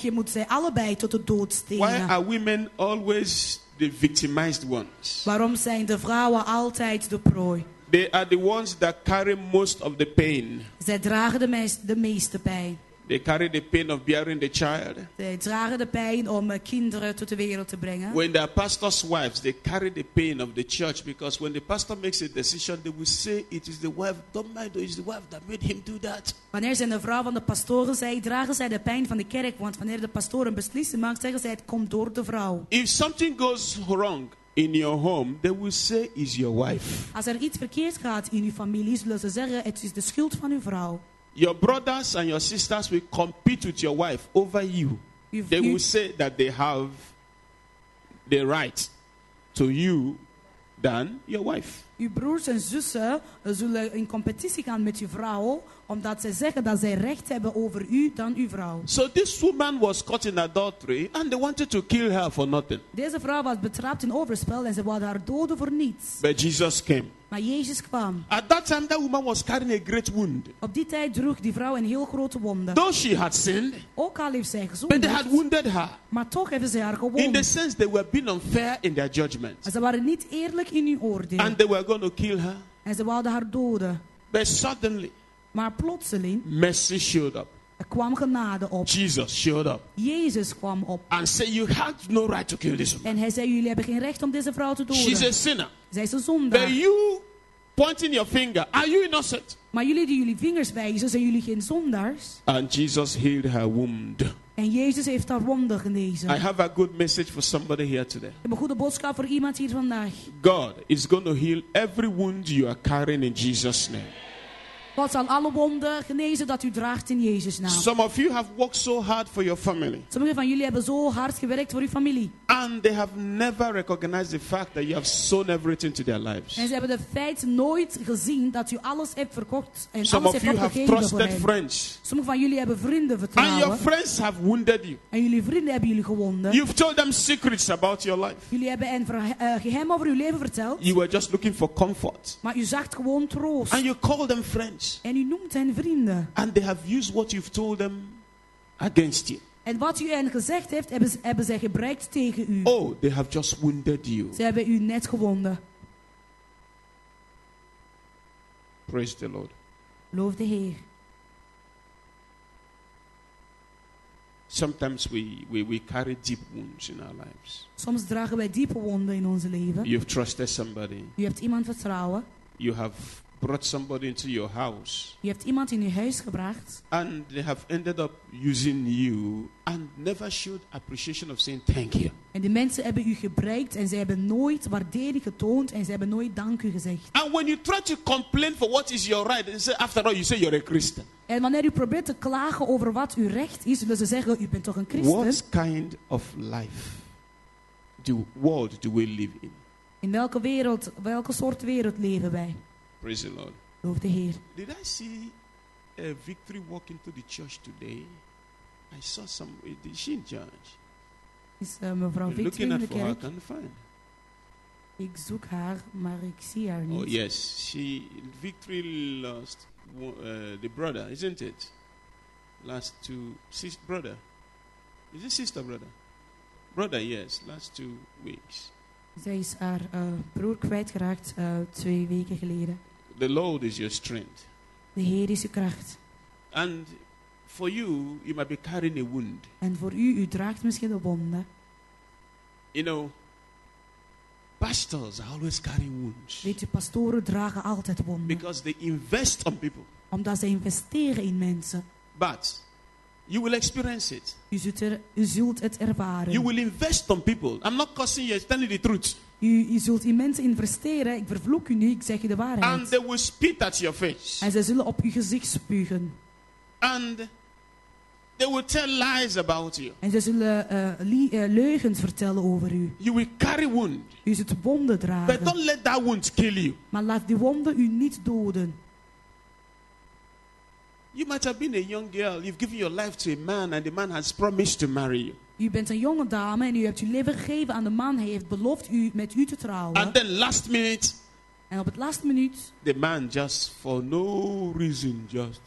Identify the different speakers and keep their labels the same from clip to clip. Speaker 1: Je moet ze allebei tot de dood
Speaker 2: Why
Speaker 1: stenen.
Speaker 2: are women always the victimized ones?
Speaker 1: Waarom zijn de vrouwen altijd de prooi?
Speaker 2: They are the ones that carry most of the pain.
Speaker 1: Zij dragen de, meis- de meeste pijn.
Speaker 2: They carry the pain of bearing the child.
Speaker 1: Zij dragen de pijn om eh, kinderen tot de wereld te brengen.
Speaker 2: When they are pastors' wives, they carry the pain of the church because when the pastor makes a decision, they will say, It is the wife, don't mind, oh, it's the wife that made him do that.
Speaker 1: Wanneer zij de vrouw van de pastoren zij dragen zij de pijn van de kerk. Want wanneer de pastoor een beslissing maakt, zeggen zij het komt door de vrouw.
Speaker 2: If something goes wrong in your home, they will say, It's your wife.
Speaker 1: Als er iets verkeerd gaat in uw familie, zullen ze zeggen het is de schuld van uw vrouw.
Speaker 2: Your brothers and your sisters will compete with your wife over you.
Speaker 1: Uw,
Speaker 2: They
Speaker 1: uw-
Speaker 2: will say that they have the right to you than your wife.
Speaker 1: uw broers en zussen eh, zullen in competitie gaan met uw vrouw, omdat zij zeggen dat zij recht hebben over u dan uw vrouw.
Speaker 2: So this woman was caught in adultery and they wanted to kill her for nothing.
Speaker 1: Deze vrouw was betrapt in overspel en ze wilden haar doden voor niets.
Speaker 2: But Jesus came.
Speaker 1: Maar Jezus kwam.
Speaker 2: At that time, that woman was carrying a great wound.
Speaker 1: Op die tijd droeg die vrouw een heel grote wonde.
Speaker 2: Though she had sinned,
Speaker 1: Ook al heeft zij
Speaker 2: but they had
Speaker 1: gezond,
Speaker 2: wounded her.
Speaker 1: maar toch hebben ze haar
Speaker 2: In the
Speaker 1: gewond.
Speaker 2: sense they were being unfair in their judgment.
Speaker 1: Ze waren niet eerlijk in hun oordeel
Speaker 2: And they were going to kill her.
Speaker 1: en ze wilden haar doden.
Speaker 2: But suddenly,
Speaker 1: Maar plotseling
Speaker 2: mercy showed up.
Speaker 1: er kwam genade op.
Speaker 2: Jesus showed up
Speaker 1: Jezus kwam op.
Speaker 2: and said, You had no right to kill this woman.
Speaker 1: En hij zei, jullie hebben geen recht om deze vrouw te doden.
Speaker 2: She's a sinner.
Speaker 1: Zij is een
Speaker 2: But
Speaker 1: zondaar.
Speaker 2: you pointing your finger, are you innocent?
Speaker 1: Maar jullie die jullie vingers wijzen, zijn jullie geen zondaars.
Speaker 2: And Jesus healed her wound.
Speaker 1: En Jezus heeft haar wonden genezen.
Speaker 2: I
Speaker 1: Ik
Speaker 2: have a good message for somebody here today.
Speaker 1: heb een goede boodschap voor iemand hier vandaag.
Speaker 2: God is going to heal every wound you are carrying in Jesus' name.
Speaker 1: God zal alle wonden genezen dat u draagt in Jezus naam.
Speaker 2: Some of you have worked so hard for your family,
Speaker 1: Sommigen van jullie hebben zo hard gewerkt voor uw familie.
Speaker 2: and they have never recognized the fact that you have sown everything to their lives.
Speaker 1: En ze hebben de feit nooit gezien dat u alles hebt verkocht en
Speaker 2: Some
Speaker 1: alles
Speaker 2: of
Speaker 1: hebt
Speaker 2: you have
Speaker 1: opgegeven voor
Speaker 2: trusted
Speaker 1: hen.
Speaker 2: friends,
Speaker 1: Sommigen van jullie hebben vrienden
Speaker 2: and your
Speaker 1: vertrouwen.
Speaker 2: friends have wounded you.
Speaker 1: En jullie vrienden hebben jullie gewonden.
Speaker 2: You've told them secrets about your life.
Speaker 1: Jullie hebben hen verhe- eh, geheim over uw leven verteld.
Speaker 2: You were just looking for comfort,
Speaker 1: Maar u zag gewoon troost.
Speaker 2: and you call them friends,
Speaker 1: En u noemt hen vrienden.
Speaker 2: and they have used what you've told them against you.
Speaker 1: En wat u hen gezegd heeft, hebben, ze- hebben zij gebruikt tegen u.
Speaker 2: Oh, they have just wounded you.
Speaker 1: Ze hebben u net gewonden.
Speaker 2: Praise the Lord.
Speaker 1: Loof de Heer.
Speaker 2: Sometimes we, we, we carry deep wounds in our lives.
Speaker 1: Soms dragen wij diepe wonden in ons leven.
Speaker 2: You've trusted somebody.
Speaker 1: U hebt iemand vertrouwen.
Speaker 2: You have brought somebody into your house.
Speaker 1: U hebt iemand in uw huis gebracht.
Speaker 2: And they have ended up using you and never showed appreciation of saying thank you.
Speaker 1: En die mensen hebben u gebruikt en zij hebben nooit waardering getoond en zij hebben nooit dank u gezegd.
Speaker 2: And when you try to complain for what is your right, and say, after all, you say you're a Christian.
Speaker 1: En wanneer u probeert te klagen over wat uw recht is, zullen ze zeggen, u bent toch een christen?
Speaker 2: What kind of life, the world do we live in?
Speaker 1: In welke wereld, welke soort wereld leven wij?
Speaker 2: Praise the Lord.
Speaker 1: Loof de Heer.
Speaker 2: Did I see a victory walk into the church today? I saw some. Is she in charge?
Speaker 1: Is eh, mevrouw
Speaker 2: We're
Speaker 1: Victor
Speaker 2: looking
Speaker 1: in
Speaker 2: at
Speaker 1: de
Speaker 2: for her, I
Speaker 1: kerk?
Speaker 2: can't find.
Speaker 1: Ik zoek haar, maar ik zie haar niet.
Speaker 2: Oh yes, she victory lost wo- uh, the brother, isn't it? Last two sis brother, is it sister brother? Brother, yes. Last two weeks,
Speaker 1: Zij is haar eh, broer kwijtgeraakt eh, twee weken geleden.
Speaker 2: the Lord is your strength,
Speaker 1: De Heer is uw kracht.
Speaker 2: and for you, you might be carrying a wound.
Speaker 1: En voor u, u draagt misschien de wonden.
Speaker 2: You know, pastors are always carrying wounds
Speaker 1: Weet u, pastoren dragen altijd wonden.
Speaker 2: because they invest on people,
Speaker 1: Omdat ze investeren in mensen.
Speaker 2: but you will experience it.
Speaker 1: U zult, er, u zult het ervaren.
Speaker 2: You will invest on people. I'm not cursing you. I'm telling the truth.
Speaker 1: U, u zult in mensen investeren. Ik vervloek u niet, ik zeg u de
Speaker 2: And
Speaker 1: waarheid.
Speaker 2: they will spit at your face.
Speaker 1: En zij zullen op uw gezicht spugen.
Speaker 2: And they will tell lies about you.
Speaker 1: En zij zullen eh, lie- eh, leugens vertellen over u.
Speaker 2: You will carry wound.
Speaker 1: U zult wonden
Speaker 2: But
Speaker 1: dragen.
Speaker 2: don't let that wound kill you.
Speaker 1: Maar laat die wonden u niet doden.
Speaker 2: You might have been a young girl. You've given your life to a man, and the man has promised to marry you.
Speaker 1: U bent een jonge dame en u hebt uw leven gegeven aan de man. Hij heeft beloofd u met u te trouwen.
Speaker 2: And then last minute,
Speaker 1: En op het laatste minuut
Speaker 2: the man just for no reason just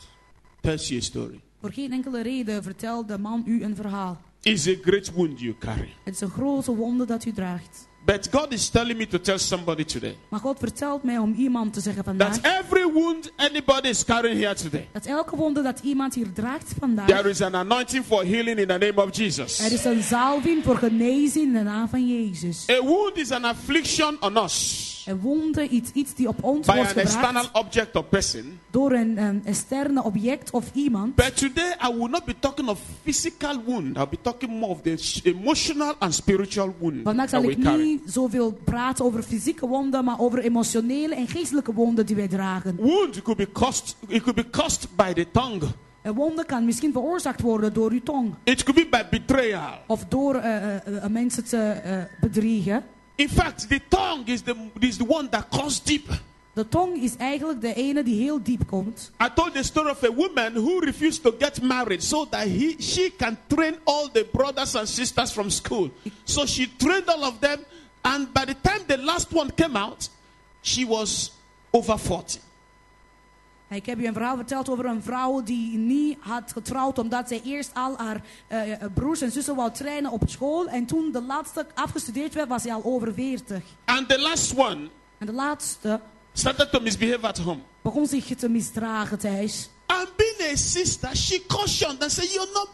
Speaker 2: tells you a story.
Speaker 1: Voor geen enkele reden vertelt de man u een verhaal.
Speaker 2: It's a great wound you carry.
Speaker 1: Het is een grote wonde dat u draagt.
Speaker 2: But God is telling me to tell somebody today
Speaker 1: Maar God vertelt mij om iemand te zeggen vandaag
Speaker 2: that every wound anybody is carrying here today,
Speaker 1: dat elke wonde dat iemand hier draagt vandaag,
Speaker 2: there is an anointing for healing in the name of
Speaker 1: er
Speaker 2: Jesus.
Speaker 1: is een zalving voor genezing in de naam van Jezus.
Speaker 2: A wound is an affliction on us
Speaker 1: Een wonde, iets, iets die op ons
Speaker 2: by
Speaker 1: wordt
Speaker 2: an external
Speaker 1: gebracht
Speaker 2: object or person.
Speaker 1: door een, een externe object of iemand.
Speaker 2: But today I will not be talking of physical wound. I'll be talking more of the s- emotional and spiritual wound
Speaker 1: Vandaag
Speaker 2: that
Speaker 1: zal
Speaker 2: we
Speaker 1: ik
Speaker 2: carry.
Speaker 1: niet zoveel praten over fysieke wonden, maar over emotionele en geestelijke wonden die wij dragen.
Speaker 2: Wound could be caused. It could be caused by the tongue.
Speaker 1: Een wonde kan misschien veroorzaakt worden door uw tong
Speaker 2: It could be by betrayal.
Speaker 1: of door eh, eh, eh, mensen te eh, bedriegen.
Speaker 2: In fact, the tongue is the is the one that cuts deep.
Speaker 1: De tong is eigenlijk de ene die heel diep komt.
Speaker 2: I told the story of a woman who refused to get married so that he she can train all the brothers and sisters from school. So she trained all of them, and by the time the last one came out, she was over forty.
Speaker 1: Ik heb u een verhaal verteld over een vrouw die niet had getrouwd omdat zij eerst al haar eh, eh, broers en zussen wou trainen op school. En toen de laatste afgestudeerd werd, was zij al over 40.
Speaker 2: And the last one
Speaker 1: En de laatste
Speaker 2: started to misbehave at home.
Speaker 1: begon zich te misdragen thuis.
Speaker 2: And being a sister, she cautioned and said, You're not,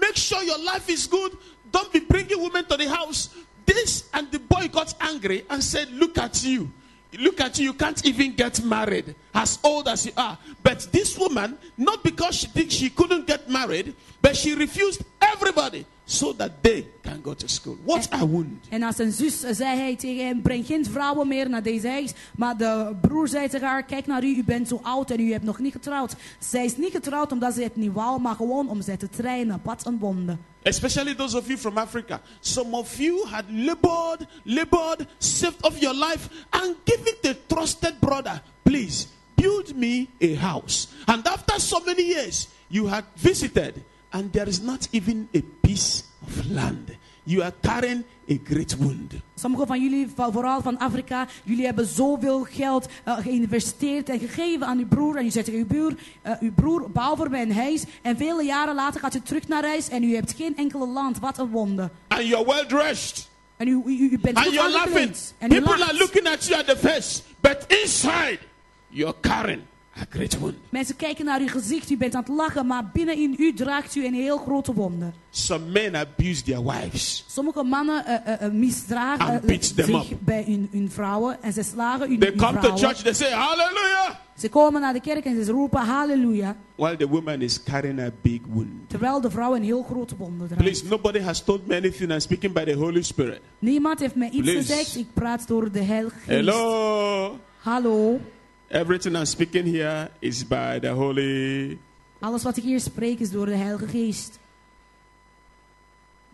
Speaker 2: make sure your life is good. Don't be bringing women to the house. This and the boy got angry and said, Look at you. Look at you. You can't even get married as old as you are. But this woman, not because she thinks she couldn't get married, but she refused everybody so that they can go to school. What a wound.
Speaker 1: En als een zus eh, zei hij tegen hem, breng geen vrouwen meer naar deze huis. Maar de broer zei tegen haar, kijk naar u, u bent zo oud en u hebt nog niet getrouwd. Zij is niet getrouwd omdat ze het niet wou, maar gewoon om zij te trainen. Wat een wonde.
Speaker 2: Especially those of you from Africa. Some of you had labored, labored, saved off your life, and give it a trusted brother. Please build me a house. And after so many years, you had visited, and there is not even a piece of land. You are carrying a great wound.
Speaker 1: Sommigen van jullie, va- vooral van Afrika, jullie hebben zoveel geld eh, geïnvesteerd en gegeven aan uw broer. En u zegt tegen uw broer, eh, uw broer, bouw voor mij een huis. En vele jaren later gaat u terug naar huis en u hebt geen enkele land. Wat een wonde.
Speaker 2: And you're well dressed.
Speaker 1: En u, u, u- u bent
Speaker 2: And
Speaker 1: goed
Speaker 2: you're laughing.
Speaker 1: aangekleed. En u
Speaker 2: People
Speaker 1: lacht.
Speaker 2: are looking at you at the face, but inside, you're carrying a great wound.
Speaker 1: Mensen kijken naar uw gezicht, u bent aan het lachen, maar binnenin u draagt u een heel grote wonde.
Speaker 2: Some men abuse their wives.
Speaker 1: Sommige mannen eh, eh, eh, misdragen
Speaker 2: And
Speaker 1: eh,
Speaker 2: beat them
Speaker 1: zich
Speaker 2: up.
Speaker 1: bij hun, hun vrouwen en ze slagen hun,
Speaker 2: They
Speaker 1: hun
Speaker 2: come to
Speaker 1: vrouwen.
Speaker 2: church, they say, Hallelujah.
Speaker 1: Ze komen naar de kerk en ze roepen halleluja,
Speaker 2: While the woman is carrying a big wound.
Speaker 1: terwijl de vrouw een heel grote wonde draagt.
Speaker 2: Please, nobody has told me anything. I'm speaking by the Holy Spirit.
Speaker 1: Niemand heeft mij iets
Speaker 2: Please.
Speaker 1: gezegd, ik praat door de heilige geest.
Speaker 2: Hello.
Speaker 1: Hallo,
Speaker 2: Everything I'm speaking here is by the Holy.
Speaker 1: alles wat ik hier spreek is door de heilige geest.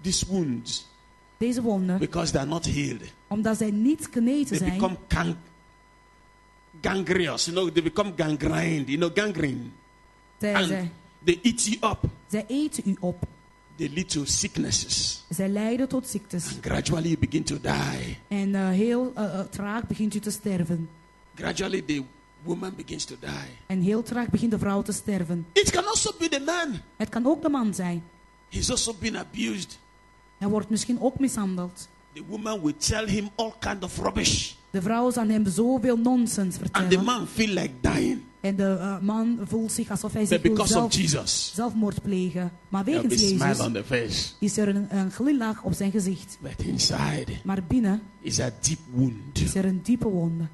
Speaker 2: These wounds,
Speaker 1: Deze wonden,
Speaker 2: because they're not healed,
Speaker 1: omdat zij niet geneten
Speaker 2: they
Speaker 1: zijn,
Speaker 2: become gang- gangrenous. You know, they become gangrene. You know, gangrene.
Speaker 1: zij,
Speaker 2: And
Speaker 1: zij,
Speaker 2: they eat you up.
Speaker 1: zij eten u op.
Speaker 2: They lead to sicknesses.
Speaker 1: Zij leiden tot ziektes.
Speaker 2: Gradually, you begin to die.
Speaker 1: En eh, heel eh, eh, traag begint u te sterven.
Speaker 2: Gradually, the woman begins to die.
Speaker 1: En heel traag begint de vrouw te sterven.
Speaker 2: It can also be the man.
Speaker 1: Het kan ook de man zijn.
Speaker 2: He's also been abused.
Speaker 1: Hij wordt misschien ook mishandeld.
Speaker 2: The woman will tell him all kind of rubbish,
Speaker 1: De vrouw zal hem zoveel nonsens
Speaker 2: and the
Speaker 1: vertellen.
Speaker 2: man feel like dying.
Speaker 1: En de eh, man voelt zich alsof hij
Speaker 2: But
Speaker 1: zich wil
Speaker 2: because of
Speaker 1: zelf,
Speaker 2: Jesus,
Speaker 1: zelfmoord plegen. Maar
Speaker 2: there'll be
Speaker 1: wegens
Speaker 2: smile
Speaker 1: Jezus
Speaker 2: on the face,
Speaker 1: is er een, een glimlach op zijn gezicht.
Speaker 2: but inside
Speaker 1: Maar binnen
Speaker 2: is a
Speaker 1: is
Speaker 2: deep wound.
Speaker 1: er een diepe wonde.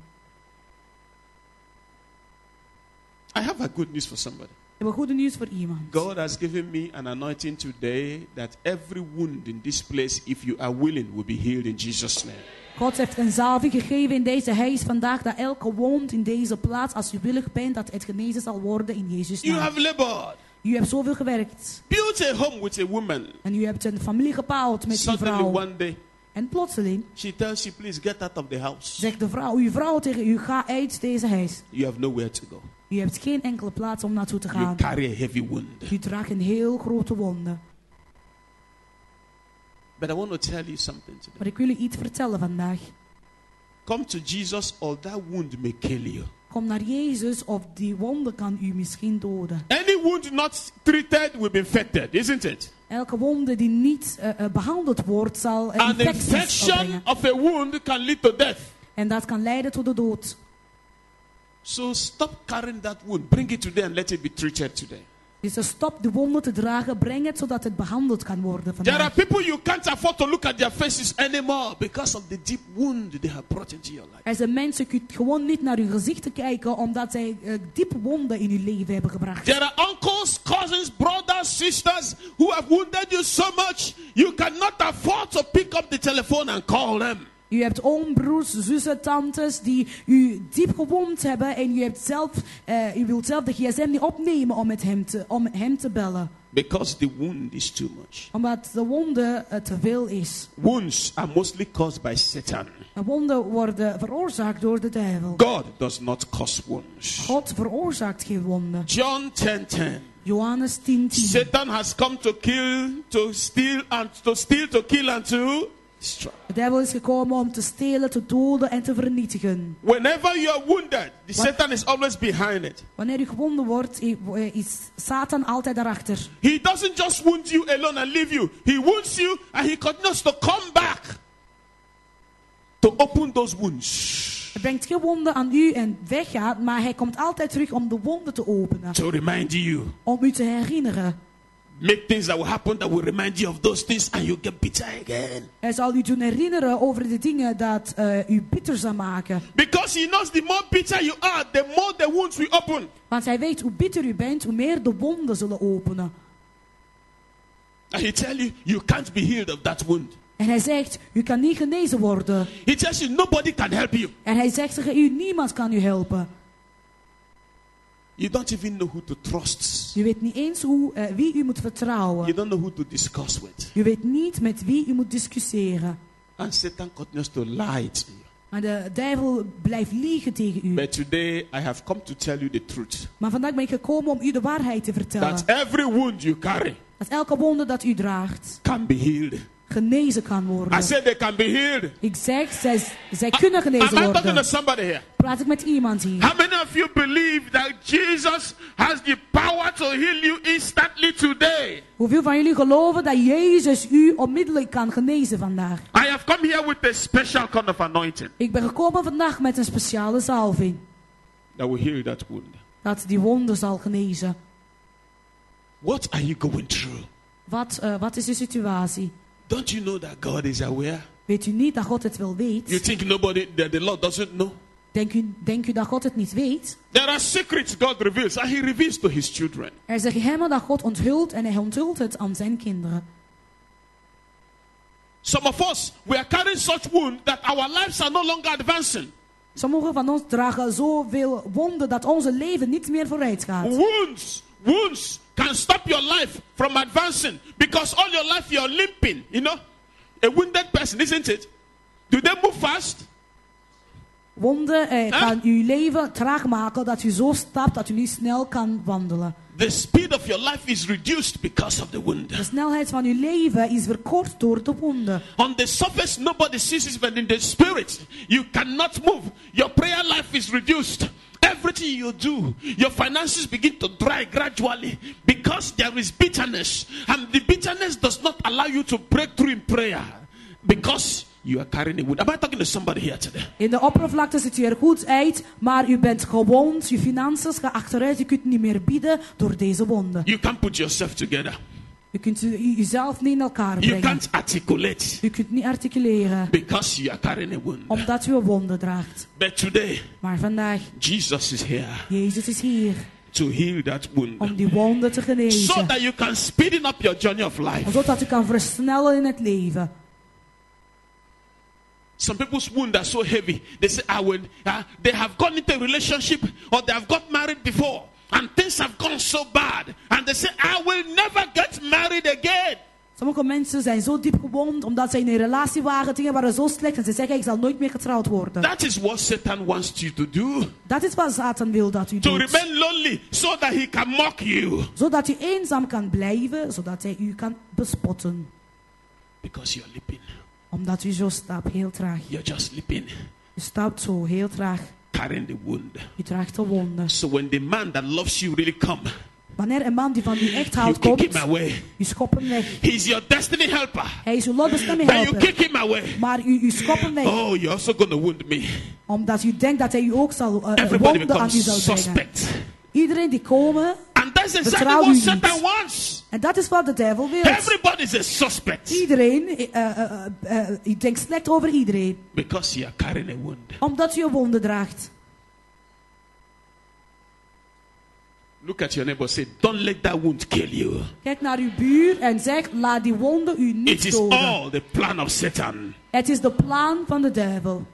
Speaker 2: I have a good news for somebody.
Speaker 1: We hebben goede nieuws voor iemand.
Speaker 2: God has given me an anointing today that every wound in this place, if you are willing, will be healed in Jesus' name.
Speaker 1: God heeft een zalving gegeven in deze huis vandaag. Dat elke wond in deze plaats, als u willig bent, dat het genezen zal worden in Jezus'
Speaker 2: You
Speaker 1: naam.
Speaker 2: have labored,
Speaker 1: U hebt zoveel gewerkt.
Speaker 2: built a home with a woman.
Speaker 1: En u hebt een familie gebouwd met uw
Speaker 2: Suddenly
Speaker 1: vrouw.
Speaker 2: one day,
Speaker 1: En plotseling
Speaker 2: she tells you, "Please get out of the house.
Speaker 1: zegt de vrouw, uw vrouw tegen u, ga uit deze huis.
Speaker 2: You have nowhere to go.
Speaker 1: U hebt geen enkele plaats om naartoe te
Speaker 2: You
Speaker 1: gaan.
Speaker 2: carry a heavy wound."
Speaker 1: U draagt een heel grote wonde.
Speaker 2: But I want to tell you something today.
Speaker 1: Maar ik wil u iets vertellen vandaag.
Speaker 2: Come to Jesus, or that wound may kill you.
Speaker 1: Kom naar Jezus of die wonde kan u misschien doden.
Speaker 2: Any wound not treated will be infected, isn't it?
Speaker 1: Elke wonde die niet eh, eh, behandeld wordt zal eh,
Speaker 2: An
Speaker 1: infecties
Speaker 2: infection
Speaker 1: opbrengen.
Speaker 2: of a wound can lead to death.
Speaker 1: En dat kan leiden tot de dood.
Speaker 2: So stop carrying that wound. Bring it to them. Let it be treated today.
Speaker 1: Dus eh, stop de wonden te dragen, breng het zodat het behandeld kan worden.
Speaker 2: There are
Speaker 1: Vandaag.
Speaker 2: people you can't afford to look at their faces anymore because of the deep wound they have brought into your life.
Speaker 1: Er zijn mensen, je kunt gewoon niet naar uw gezicht te kijken omdat zij eh, diepe wonden in uw leven hebben gebracht.
Speaker 2: There are uncles, cousins, brothers, sisters who have wounded you so much you cannot afford to pick up the telephone and call them.
Speaker 1: U hebt oom, broers, zussen, tantes die u diep gewond hebben en u, hebt zelf, eh, u wilt zelf de gsm niet opnemen om, met hem te, om hem te bellen.
Speaker 2: Because the wound is too much.
Speaker 1: Omdat de wonde eh, te veel is.
Speaker 2: Wounds are mostly caused by Satan.
Speaker 1: De wonden worden veroorzaakt door de duivel.
Speaker 2: God does not cause wounds.
Speaker 1: God veroorzaakt geen wonden.
Speaker 2: John 10 10.
Speaker 1: Johannes 10, 10.
Speaker 2: Satan has come to kill, to steal, and to steal, to kill, and to destroy.
Speaker 1: De duivel is gekomen om te stelen, te doden en te vernietigen.
Speaker 2: Whenever you are wounded, the Satan is always behind it.
Speaker 1: Wanneer u gewonden wordt, i- w- eh, is Satan altijd daarachter.
Speaker 2: He doesn't just wound you alone and leave you. He wounds you and he continues to come back to open those wounds
Speaker 1: Hij brengt geen wonden aan u en weggaat, maar hij komt altijd terug om de wonden te openen.
Speaker 2: to remind you.
Speaker 1: Om u te herinneren.
Speaker 2: Make things that will happen that will remind you of those things and you get bitter again.
Speaker 1: Hij zal u doen herinneren over de dingen dat eh, u bitter zal maken.
Speaker 2: Because he knows the more bitter you are, the more the wounds will open.
Speaker 1: Want hij weet hoe bitter u bent, hoe meer de wonden zullen openen.
Speaker 2: And he tells you, you can't be healed of that wound.
Speaker 1: En hij zegt, u kan niet genezen worden.
Speaker 2: He tells you, nobody can help you.
Speaker 1: En hij zegt tegen u, niemand kan u helpen.
Speaker 2: You don't even know who to trust.
Speaker 1: U weet niet eens hoe, eh, wie u moet
Speaker 2: You
Speaker 1: vertrouwen.
Speaker 2: don't know who to discuss with.
Speaker 1: U weet niet met wie u moet discussiëren.
Speaker 2: And Satan continues to lie to you.
Speaker 1: Maar de duivel blijft liegen tegen u.
Speaker 2: But today I have come to tell you the truth.
Speaker 1: Maar vandaag ben ik gekomen om u de waarheid te vertellen.
Speaker 2: That every wound you carry
Speaker 1: Dat elke wonde dat u draagt,
Speaker 2: can be healed.
Speaker 1: genezen kan
Speaker 2: I
Speaker 1: worden.
Speaker 2: said they can be healed.
Speaker 1: Ik zeg, zij, zij kunnen
Speaker 2: Am
Speaker 1: genezen
Speaker 2: I talking to
Speaker 1: worden.
Speaker 2: somebody here?
Speaker 1: Praat ik met iemand hier?
Speaker 2: How many of you believe that Jesus has the power to heal you instantly today?
Speaker 1: Hoeveel van jullie geloven dat Jezus u onmiddellijk kan genezen vandaag?
Speaker 2: I have come here with a special kind of anointing
Speaker 1: Ik ben gekomen vandaag met een speciale zalving.
Speaker 2: that will heal that wound.
Speaker 1: Dat die wonde zal genezen.
Speaker 2: What are you going through?
Speaker 1: Wat, eh, wat is de situatie?
Speaker 2: Don't you know that God is aware?
Speaker 1: Weet u niet dat God het wel weet?
Speaker 2: You think nobody, that the Lord doesn't know?
Speaker 1: Denkt u, denkt u dat God het niet weet?
Speaker 2: There are secrets God reveals, and He reveals to His children.
Speaker 1: Er zijn geheimen dat God onthult en hij onthult het aan zijn kinderen.
Speaker 2: Some of us, we are carrying such wounds that our lives are no longer advancing.
Speaker 1: Sommigen van ons dragen zoveel wonden dat onze leven niet meer vooruit gaat.
Speaker 2: Wounds, wounds can stop your life from advancing because all your life you're limping. You know, a wounded person, isn't it? Do they move fast?
Speaker 1: Wonden eh,
Speaker 2: Huh?
Speaker 1: gaan uw leven traag maken dat u zo stapt dat u niet snel kan wandelen.
Speaker 2: The speed of your life is reduced because of the wound.
Speaker 1: De snelheid van uw leven is verkort door de wonden.
Speaker 2: On the surface, nobody sees it, but in the spirit, you cannot move. Your prayer life is reduced. Everything you do, your finances begin to dry gradually because there is bitterness, and the bitterness does not allow you to break through in prayer because you are carrying a wound. Am I talking to somebody here today?
Speaker 1: In de oppervlakte ziet u er goed uit, maar u bent gewond, uw financiën gaan achteruit, u kunt niet meer bieden door deze wonden.
Speaker 2: You can't put yourself together.
Speaker 1: U kunt u- u- uzelf niet in elkaar
Speaker 2: You
Speaker 1: brengen.
Speaker 2: can't articulate
Speaker 1: U kunt niet articuleren,
Speaker 2: because you are carrying a wound.
Speaker 1: omdat u een wonden draagt.
Speaker 2: But today,
Speaker 1: Maar vandaag,
Speaker 2: Jesus is here
Speaker 1: Jezus is hier
Speaker 2: to heal that
Speaker 1: om
Speaker 2: wound
Speaker 1: die wonden te
Speaker 2: so
Speaker 1: genezen.
Speaker 2: that you can speed up your journey of life.
Speaker 1: Zodat u kan versnellen in het leven.
Speaker 2: Some people's wounds are so heavy. They say, I will, uh, they have gone into a relationship or they have got married before and things have gone so bad. And they say, I will never get married again.
Speaker 1: Sommige mensen zijn zo diep gewond omdat ze in een relatie waren. Dingen waren zo slecht en ze zeggen ik zal nooit meer getrouwd worden.
Speaker 2: That is what Satan wants you to do.
Speaker 1: Dat is wat Satan wil dat u
Speaker 2: To
Speaker 1: doet.
Speaker 2: remain lonely so that he can mock you
Speaker 1: Zodat u eenzaam kan blijven, zodat hij u kan bespotten.
Speaker 2: because you're leaping.
Speaker 1: Omdat u zo stapt heel traag.
Speaker 2: You're just leaping.
Speaker 1: U stapt zo heel traag.
Speaker 2: carrying the wound.
Speaker 1: U draagt de wonden.
Speaker 2: So when the man that loves you really come,
Speaker 1: Wanneer een man die van u echt
Speaker 2: you
Speaker 1: houdt
Speaker 2: kick him
Speaker 1: komt,
Speaker 2: away.
Speaker 1: u schopt hem weg.
Speaker 2: He's your destiny helper.
Speaker 1: Hij is uw lotbestemming
Speaker 2: But you
Speaker 1: helpen.
Speaker 2: kick him away.
Speaker 1: Maar u, u schopt hem weg,
Speaker 2: Oh, you're also going to wound me.
Speaker 1: omdat u denkt dat hij u ook zal eh,
Speaker 2: Everybody
Speaker 1: wonden aan u
Speaker 2: becomes
Speaker 1: zal brengen.
Speaker 2: suspect.
Speaker 1: Iedereen die komen,
Speaker 2: And that's exactly
Speaker 1: Vertrouw
Speaker 2: what
Speaker 1: u niet.
Speaker 2: Satan wants.
Speaker 1: en dat is wat de duivel wil.
Speaker 2: Everybody's a suspect
Speaker 1: Iedereen, eh, eh, eh, eh, eh, u denkt slecht over iedereen,
Speaker 2: because you are carrying a wound.
Speaker 1: omdat u een wonden draagt.
Speaker 2: Look at your neighbor, say, Don't let that wound kill you.
Speaker 1: Kijk naar uw buur en zeg, laat die wonden u
Speaker 2: It
Speaker 1: niet
Speaker 2: is
Speaker 1: doden.
Speaker 2: all the plan of Satan.
Speaker 1: Het is de plan van de duivel.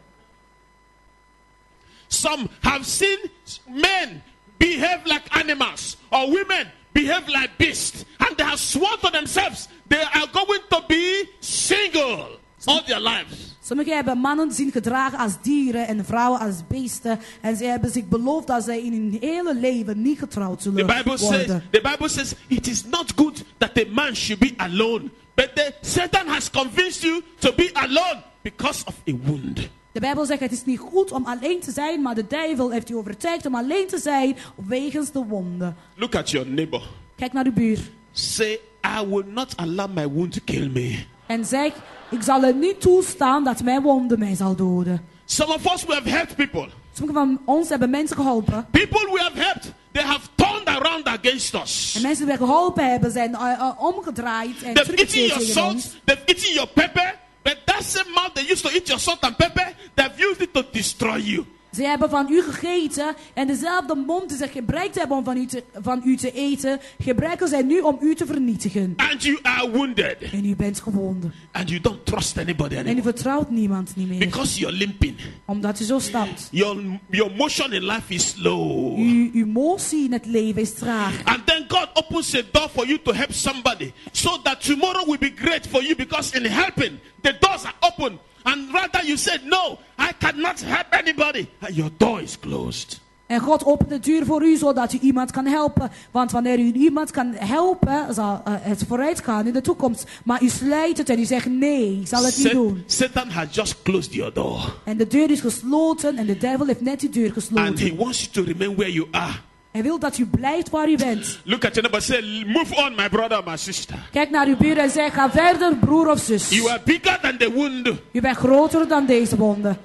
Speaker 2: Some have seen men behave like animals or women behave like beasts, and they have sworn to themselves they are going to be single all their lives.
Speaker 1: Sommigen hebben mannen zien gedragen als dieren en vrouwen als beesten. En ze hebben zich beloofd dat zij in hun hele leven niet getrouwd zullen
Speaker 2: The Bible
Speaker 1: worden.
Speaker 2: says the Bible says it is not good that a man should be alone, but the, Satan has convinced you to be alone because of a wound.
Speaker 1: De Bijbel zegt het is niet goed om alleen te zijn, maar de duivel heeft u overtuigd om alleen te zijn wegens de wonden.
Speaker 2: Look at your neighbor.
Speaker 1: Kijk naar uw buur
Speaker 2: Say, I will not allow my wound to kill me.
Speaker 1: en zeg, ik zal er niet toestaan dat mijn wonden mij zal doden.
Speaker 2: Some of us we have helped people.
Speaker 1: Sommigen van ons hebben mensen geholpen.
Speaker 2: People we have helped, they have turned around against us.
Speaker 1: En mensen die we geholpen hebben zijn eh, eh, omgedraaid en
Speaker 2: They've eaten
Speaker 1: teruggekeerd
Speaker 2: your
Speaker 1: tegen ons.
Speaker 2: salt, they've eaten your pepper, but that same mouth they used to eat your salt and pepper, they've used it to destroy you.
Speaker 1: Ze hebben van u gegeten en dezelfde mond die ze gebruikt hebben om van u, te, van u te eten, gebruiken zij nu om u te vernietigen.
Speaker 2: And you are wounded.
Speaker 1: En u bent gewonden.
Speaker 2: And you don't trust anybody
Speaker 1: En u
Speaker 2: anymore.
Speaker 1: vertrouwt niemand niet meer,
Speaker 2: Because you're limping.
Speaker 1: omdat u zo stapt.
Speaker 2: Your, your motion in life is slow.
Speaker 1: Uw uw motie in het leven is traag.
Speaker 2: And then God opens a door for you to help somebody so that tomorrow will be great for you because in helping, the doors are open. And rather you said, No, I cannot help anybody. And your door is closed.
Speaker 1: En God opent de deur voor u, zodat u iemand kan helpen. Want wanneer u iemand kan helpen, zal eh, het vooruit gaan in de toekomst. Maar u sluit het en u zegt nee, ik zal het niet
Speaker 2: Sat-
Speaker 1: doen.
Speaker 2: Satan has just closed your door.
Speaker 1: En de deur is gesloten en de duivel heeft net die deur
Speaker 2: And he
Speaker 1: gesloten.
Speaker 2: wants you to remain where you are.
Speaker 1: Hij wil dat u blijft waar u bent.
Speaker 2: Look at your neighbor say, Move on, my brother, my sister.
Speaker 1: Kijk naar uw buur en zeg, ga verder broer of zus.
Speaker 2: You are bigger than the wound.
Speaker 1: U bent groter dan deze wonden.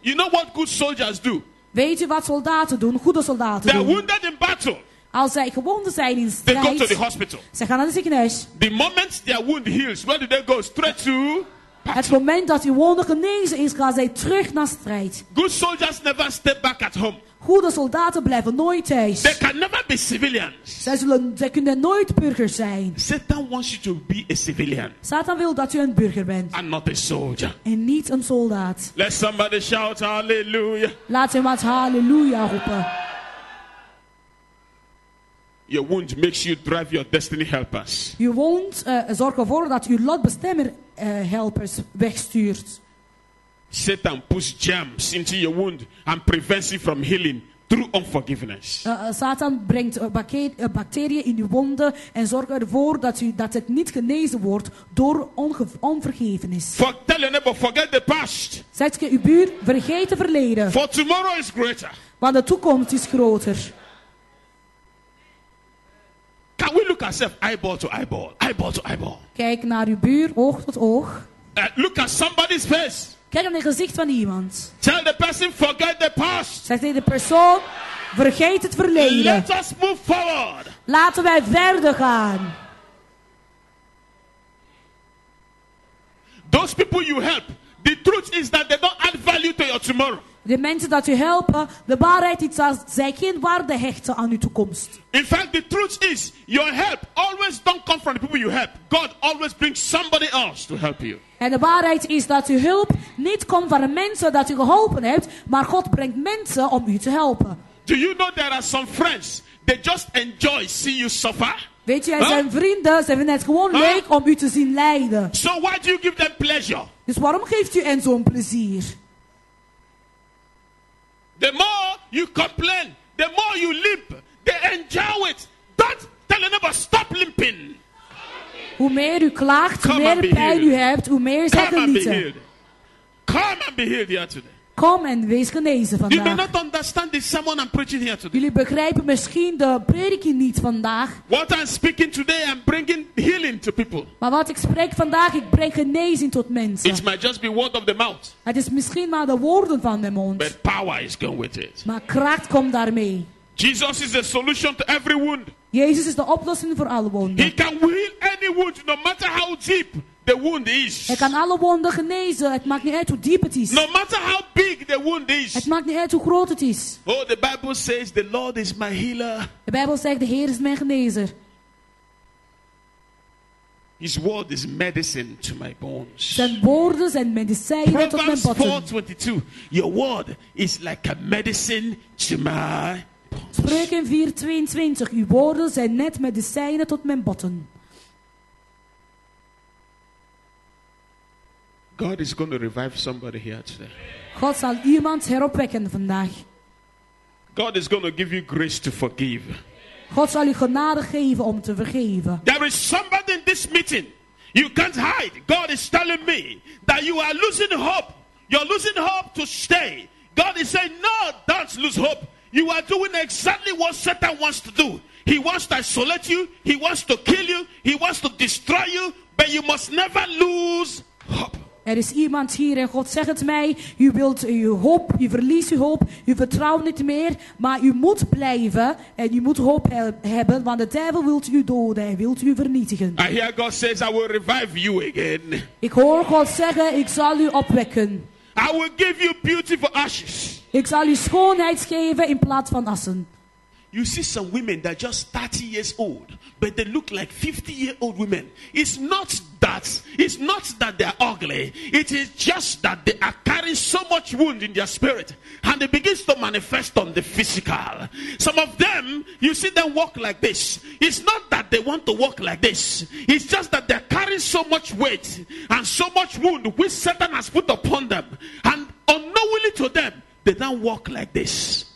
Speaker 2: You know what good soldiers do?
Speaker 1: Weet u wat soldaten doen? Goede soldaten
Speaker 2: They are
Speaker 1: doen.
Speaker 2: wounded in battle.
Speaker 1: Als zij gewonden zijn in
Speaker 2: They go to the
Speaker 1: strijd,
Speaker 2: hospital.
Speaker 1: zij gaan naar het ziekenhuis.
Speaker 2: The moment their wound heals, where do they go? Straight to
Speaker 1: Het moment dat uw wonden genezen is, gaan zij terug naar strijd.
Speaker 2: Good soldiers never stay back at home.
Speaker 1: Goede soldaten blijven nooit
Speaker 2: They
Speaker 1: thuis.
Speaker 2: can never be civilians.
Speaker 1: Zij, zullen, zij kunnen nooit burgers zijn.
Speaker 2: Satan wants you to be a civilian
Speaker 1: Satan wil dat u een burger bent
Speaker 2: and not a soldier.
Speaker 1: en niet een soldaat.
Speaker 2: Let somebody shout hallelujah.
Speaker 1: Laat hem wat halleluja roepen.
Speaker 2: Your wound makes you drive your destiny helpers.
Speaker 1: Uw wond eh zorgt ervoor dat u lotbestemmer eh, helpers wegstuurt.
Speaker 2: Satan puts germs into your wound and prevents you from healing through unforgiveness.
Speaker 1: Eh, eh, Satan brengt eh, bake- eh, bacteriën in uw wonden en zorgt ervoor dat, u, dat het niet genezen wordt door onge- onvergevenis.
Speaker 2: For, tell your neighbor, forget the past,
Speaker 1: Zegt je uw buur, vergeet het verleden,
Speaker 2: for tomorrow is greater.
Speaker 1: want de toekomst is groter.
Speaker 2: Can we look ourselves eyeball to eyeball, eyeball to eyeball?
Speaker 1: Kijk naar uw buur, oog tot oog.
Speaker 2: Uh, look at somebody's face.
Speaker 1: Kijk naar het gezicht van iemand.
Speaker 2: Tell the person, forget the past.
Speaker 1: Zegt tegen de persoon, vergeet het verleden.
Speaker 2: Let us move forward.
Speaker 1: Laten wij verder gaan.
Speaker 2: Those people you help, the truth is that they don't add value to your tomorrow.
Speaker 1: De mensen dat u helpen, de waarheid is dat zij geen waarde hechten aan uw toekomst.
Speaker 2: In fact, the truth is your help always don't come from the people you help. God always brings somebody else to help you.
Speaker 1: En de waarheid is dat uw hulp niet komt van de mensen dat u geholpen hebt, maar God brengt mensen om u te helpen.
Speaker 2: Do you know there are some friends they just enjoy see you suffer?
Speaker 1: Weet je, er
Speaker 2: Huh?
Speaker 1: zijn vrienden, ze vinden het gewoon
Speaker 2: Huh?
Speaker 1: leuk om u te zien lijden.
Speaker 2: So why do you give them pleasure?
Speaker 1: Dus waarom geeft u hen zo'n plezier?
Speaker 2: The more you complain, the more you limp. They enjoy it. Don't tell your neighbor stop limping.
Speaker 1: Hoe meer u klaagt, hoe
Speaker 2: Come and
Speaker 1: meer
Speaker 2: be
Speaker 1: pijn u
Speaker 2: healed.
Speaker 1: hebt, hoe meer zij
Speaker 2: Come and be
Speaker 1: genieten.
Speaker 2: healed. Come and be healed here today.
Speaker 1: Kom en wees genezen
Speaker 2: You may
Speaker 1: vandaag.
Speaker 2: not understand the sermon I'm preaching here today.
Speaker 1: Jullie begrijpen misschien de prediking niet vandaag.
Speaker 2: What I'm speaking today, I'm bringing healing to people.
Speaker 1: Maar wat ik spreek vandaag, ik breng genezing tot mensen.
Speaker 2: It might just be word of the mouth,
Speaker 1: Het is misschien maar de woorden van de mond.
Speaker 2: but power is going with it.
Speaker 1: Maar kracht komt daarmee.
Speaker 2: Jesus is the solution to every wound.
Speaker 1: Jezus is de oplossing voor alle wonden.
Speaker 2: He can heal any wound, no matter how deep the wound is,
Speaker 1: Hij kan alle wonden genezen. Het maakt niet uit hoe diep het is.
Speaker 2: no matter how big the wound
Speaker 1: Het
Speaker 2: is.
Speaker 1: maakt niet uit hoe groot het is.
Speaker 2: Oh, the Bible says the Lord is my healer.
Speaker 1: De Bijbel zegt, de Heer is mijn genezer.
Speaker 2: His word is medicine to my bones.
Speaker 1: Zijn woorden zijn medicijnen tot mijn
Speaker 2: Proverbs
Speaker 1: botten.
Speaker 2: 4:22. Your word is like a medicine to my bones.
Speaker 1: Spreuken 4:22. Uw woorden zijn net medicijnen tot mijn botten.
Speaker 2: God is going to revive somebody here today.
Speaker 1: God zal iemand heropwekken vandaag.
Speaker 2: God is going to give you grace to forgive.
Speaker 1: God zal u genade geven om te vergeven.
Speaker 2: There is somebody in this meeting. You can't hide. God is telling me that you are losing hope. You're losing hope to stay. God is saying, No, don't lose hope. You are doing exactly what Satan wants to do. He wants to isolate you, he wants to kill you, he wants to destroy you, but you must never lose hope.
Speaker 1: Er is iemand hier en God zegt het mij. U wilt uw hoop, u verliest uw hoop, u vertrouwt niet meer. Maar u moet blijven en u moet hoop he- hebben. Want de duivel wilt u doden en wilt u vernietigen.
Speaker 2: I hear God says, I will revive you again.
Speaker 1: Ik hoor God zeggen, ik zal u opwekken.
Speaker 2: I will give you beautiful ashes.
Speaker 1: Ik zal u schoonheid geven in plaats van assen.
Speaker 2: You see some women that are just 30 years old, but they look like 50 year old women. It's not that. It's not that they're ugly. It is just that they are carrying so much wound in their spirit and it begins to manifest on the physical. Some of them, you see them walk like this. It's not that they want to walk like this. It's just that they're carrying so much weight and so much wound which Satan has put upon them. And unknowingly to them, they now walk like this.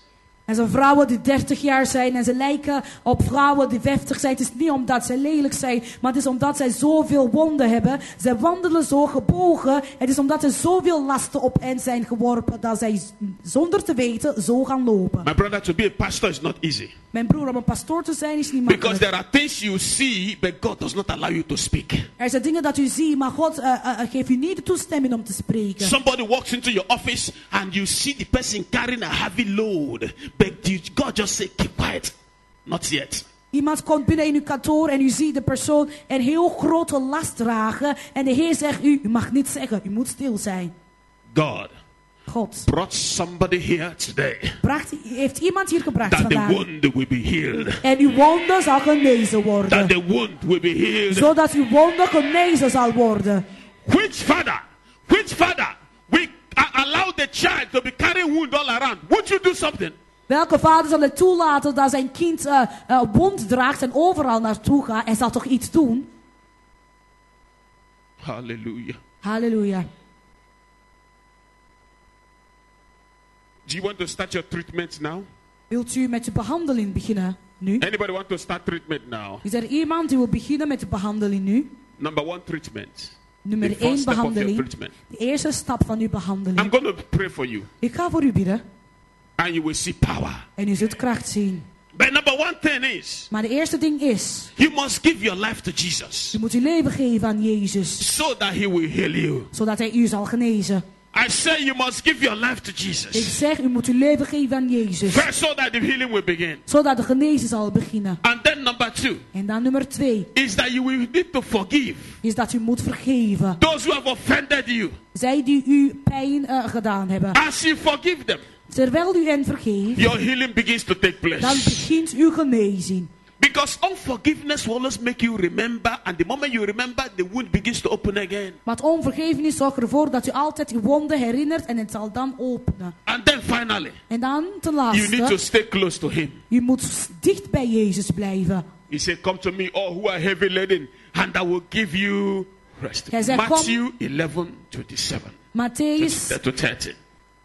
Speaker 1: Er zijn vrouwen die 30 jaar zijn en ze lijken op vrouwen die 50 zijn. Het is niet omdat zij lelijk zijn, maar het is omdat zij zoveel wonden hebben. Zij wandelen zo gebogen. Het is omdat er zoveel lasten op hen zijn geworpen dat zij z- zonder te weten zo gaan lopen.
Speaker 2: My brother, to be a pastor is not easy
Speaker 1: Mijn broer, om een pastoor te zijn is niet
Speaker 2: because
Speaker 1: makkelijk.
Speaker 2: there are things you see, but God does not allow you to speak.
Speaker 1: Er zijn dingen dat u ziet, maar God eh, eh, eh, geeft u niet de toestemming om te spreken.
Speaker 2: Somebody walks into your office and you see the person carrying a heavy load, but you- God just say, "Keep quiet, not yet."
Speaker 1: Iemand komt binnen in uw kantoor en u ziet de persoon een heel grote last dragen. En de Heer zegt u, u mag niet zeggen, u moet stil zijn.
Speaker 2: God
Speaker 1: God.
Speaker 2: brought somebody here today
Speaker 1: Bracht, heeft iemand hier gebracht
Speaker 2: that the
Speaker 1: vandaag.
Speaker 2: wound will be healed,
Speaker 1: En uw wonden zal genezen
Speaker 2: that
Speaker 1: worden.
Speaker 2: the wound will be healed.
Speaker 1: Zodat uw wonden genezen zal worden.
Speaker 2: Which father, which father, we a- allow the child to be carrying wound all around? Would you do something?
Speaker 1: Welke vader zal het toelaten dat zijn kind eh eh, wond draagt en overal naartoe gaat? Hij zal toch iets doen?
Speaker 2: Hallelujah.
Speaker 1: Halleluja.
Speaker 2: Do you want to start your treatment now?
Speaker 1: Wilt u met de behandeling beginnen nu?
Speaker 2: Anybody want to start treatment now?
Speaker 1: Is er iemand die wil beginnen met de behandeling nu?
Speaker 2: Number one treatment. The
Speaker 1: Nummer
Speaker 2: first
Speaker 1: 1
Speaker 2: step of your
Speaker 1: behandeling.
Speaker 2: treatment.
Speaker 1: De eerste stap van uw
Speaker 2: I'm
Speaker 1: behandeling.
Speaker 2: going to pray for you,
Speaker 1: Ik ga voor u bidden
Speaker 2: and you will see power.
Speaker 1: en u zult kracht zien.
Speaker 2: But number one thing is,
Speaker 1: Maar de eerste ding is,
Speaker 2: you must give your life to Jesus
Speaker 1: u moet uw leven geven aan Jezus,
Speaker 2: so that He will heal you.
Speaker 1: zodat hij u zal genezen.
Speaker 2: I say you must give your life to
Speaker 1: Ik
Speaker 2: Jesus
Speaker 1: zeg, u moet uw leven geven aan Jezus.
Speaker 2: first, so that the healing will begin.
Speaker 1: Zodat de genezing zal beginnen.
Speaker 2: And then number two
Speaker 1: En dan nummer twee
Speaker 2: is that you will need to forgive
Speaker 1: is dat u moet vergeven.
Speaker 2: those who have offended you
Speaker 1: Zij die u pijn eh, gedaan hebben.
Speaker 2: as you forgive them.
Speaker 1: Terwijl u hen vergeeft,
Speaker 2: Your healing begins to take
Speaker 1: dan
Speaker 2: place.
Speaker 1: begint uw genezing.
Speaker 2: Because unforgiveness will always make you remember, and the moment you remember, the wound begins to open again.
Speaker 1: Want onvergevenis zorgt ervoor dat u altijd uw wonden herinnert en het zal dan openen.
Speaker 2: And then finally,
Speaker 1: En dan ten
Speaker 2: you need to
Speaker 1: laatste,
Speaker 2: stay close to Him.
Speaker 1: u moet s- dicht bij Jezus blijven.
Speaker 2: He said, Come to me, all who are heavy laden, and I will give you rest.
Speaker 1: Yes, I come-
Speaker 2: Matthew 11 27
Speaker 1: Matthäus,
Speaker 2: to 30.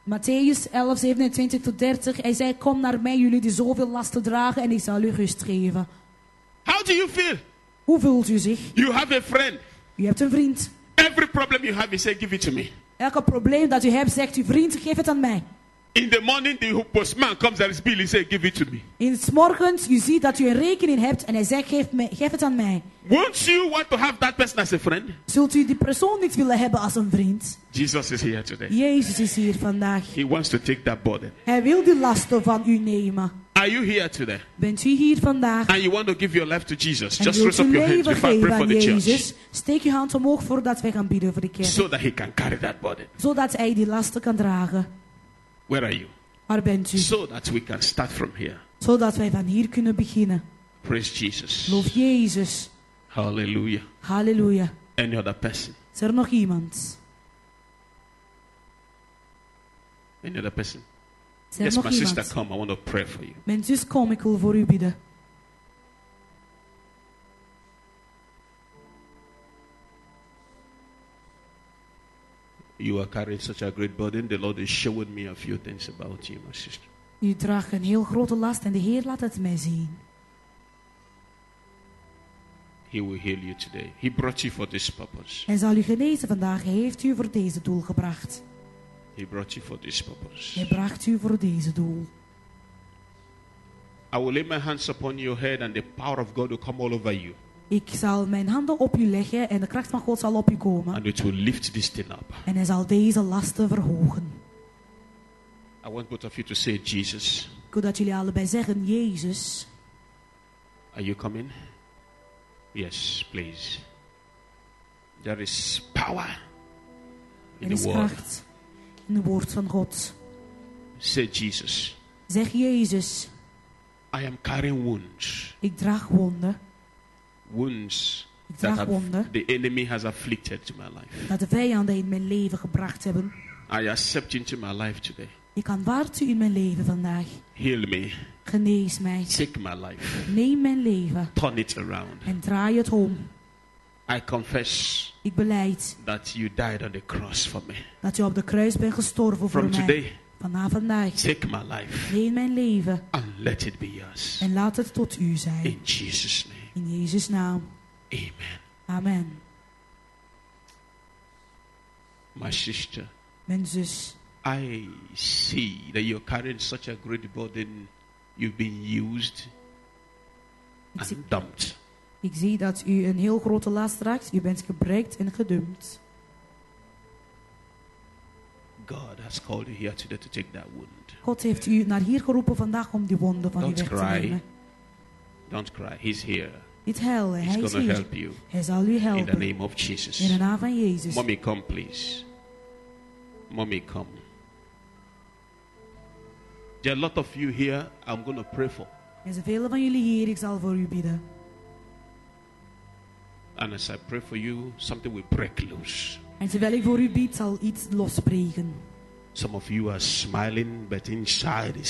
Speaker 1: Matthäus 11, 27 tot 30. Hij zei, kom naar mij jullie die zoveel lasten dragen en ik zal u rust geven.
Speaker 2: How do you feel?
Speaker 1: Hoe voelt u zich?
Speaker 2: You have a friend.
Speaker 1: U hebt een vriend.
Speaker 2: Every problem you have, he said, Give it to me.
Speaker 1: Elke probleem dat u hebt, zegt uw vriend, geef het aan mij.
Speaker 2: In the morning, the postman comes and his bill. He says, Give it to me.
Speaker 1: In het morgens, u ziet dat u een rekening hebt en hij zegt, geef, me, geef het aan mij.
Speaker 2: Won't you want to have that person as a friend?
Speaker 1: Zult u die persoon niet willen hebben als een vriend?
Speaker 2: Jesus is here today.
Speaker 1: Jezus is hier vandaag.
Speaker 2: He wants to take that burden.
Speaker 1: Hij wil die lasten van u nemen.
Speaker 2: Are you here today?
Speaker 1: Bent u hier vandaag
Speaker 2: And you want to give your life to Jesus?
Speaker 1: en
Speaker 2: Just
Speaker 1: wilt
Speaker 2: raise
Speaker 1: u
Speaker 2: up your hands
Speaker 1: leven
Speaker 2: before I
Speaker 1: geven
Speaker 2: pray for
Speaker 1: aan
Speaker 2: the
Speaker 1: Jezus?
Speaker 2: church
Speaker 1: Steek uw hand omhoog voordat wij gaan bidden voor de kerk.
Speaker 2: so that he can carry that burden.
Speaker 1: Zodat hij die lasten kan dragen.
Speaker 2: Where are you?
Speaker 1: Waar bent u?
Speaker 2: So that we can start from here.
Speaker 1: Zodat wij van hier kunnen beginnen.
Speaker 2: Praise Jesus.
Speaker 1: Loof Jezus.
Speaker 2: Hallelujah.
Speaker 1: Halleluja.
Speaker 2: Any other person?
Speaker 1: Is er nog iemand?
Speaker 2: Any other person?
Speaker 1: Is er
Speaker 2: Yes,
Speaker 1: nog
Speaker 2: my
Speaker 1: iemand?
Speaker 2: sister, come. I want to pray for you.
Speaker 1: Mijn zus kom, ik wil voor u bidden.
Speaker 2: You are carrying such a great burden. The Lord is showing me a few things about you, my sister.
Speaker 1: U draagt een heel grote last en de Heer laat het mij zien.
Speaker 2: He will heal you today. He brought you for this purpose.
Speaker 1: Hij zal u genezen vandaag. Hij heeft u voor deze doel gebracht.
Speaker 2: He brought you for this purpose.
Speaker 1: Hij bracht u voor deze doel.
Speaker 2: I will lay my hands upon your head, and the power of God will come all over you,
Speaker 1: Ik zal mijn handen op u leggen en de kracht van God zal op u komen.
Speaker 2: and it will lift this thing up.
Speaker 1: En hij zal deze lasten verhogen.
Speaker 2: I want both of you to say, Jesus,
Speaker 1: Ik wil dat jullie allebei zeggen, Jezus.
Speaker 2: are you coming? Yes, please. There is power in
Speaker 1: Er
Speaker 2: the
Speaker 1: is
Speaker 2: word.
Speaker 1: kracht in het woord van God.
Speaker 2: Say, Jesus,
Speaker 1: Zeg Jezus,
Speaker 2: I am carrying wounds,
Speaker 1: ik draag wonden.
Speaker 2: wounds
Speaker 1: Ik
Speaker 2: that
Speaker 1: draag wonden.
Speaker 2: have, the enemy has afflicted to my life.
Speaker 1: Dat de vijanden in mijn leven gebracht hebben.
Speaker 2: I accept into my life today.
Speaker 1: Ik aanvaard u in mijn leven vandaag.
Speaker 2: Heal me,
Speaker 1: Genees mij.
Speaker 2: take my life,
Speaker 1: Neem mijn leven
Speaker 2: turn it around.
Speaker 1: en draai het om.
Speaker 2: I confess
Speaker 1: Ik beleid
Speaker 2: that you died on the cross for me.
Speaker 1: dat u op de kruis bent gestorven voor
Speaker 2: From
Speaker 1: mij.
Speaker 2: today,
Speaker 1: Vanaf vandaag.
Speaker 2: take my life
Speaker 1: Neem mijn leven
Speaker 2: and let it be yours.
Speaker 1: en laat het tot u zijn.
Speaker 2: In Jesus' name,
Speaker 1: In Jezus' naam.
Speaker 2: amen.
Speaker 1: Amen.
Speaker 2: My sister,
Speaker 1: Mijn zus,
Speaker 2: I see that you're carrying such a great burden. You've been used
Speaker 1: ik zie,
Speaker 2: and dumped.
Speaker 1: ik zie dat u een heel grote last draagt. U bent gebruikt en gedumpt.
Speaker 2: God has called you here today to take that wound.
Speaker 1: God heeft u naar hier geroepen vandaag om die wonden van u
Speaker 2: Don't
Speaker 1: weg te
Speaker 2: cry.
Speaker 1: nemen.
Speaker 2: Don't cry. He's here.
Speaker 1: Niet huilen,
Speaker 2: He's
Speaker 1: hij is
Speaker 2: going to
Speaker 1: hier.
Speaker 2: help you. Oh,
Speaker 1: Hij zal u
Speaker 2: In the
Speaker 1: helpen.
Speaker 2: name of
Speaker 1: In
Speaker 2: Jesus.
Speaker 1: de naam van Jezus.
Speaker 2: Mommy, come, please. Mommy, come. There are a lot of you here I'm going to pray for.
Speaker 1: Er zijn velen van jullie hier, ik zal voor u bidden.
Speaker 2: And as I pray for you, something will break loose.
Speaker 1: En terwijl ik voor u bied, zal iets losbreken.
Speaker 2: Some of you are smiling, but inside is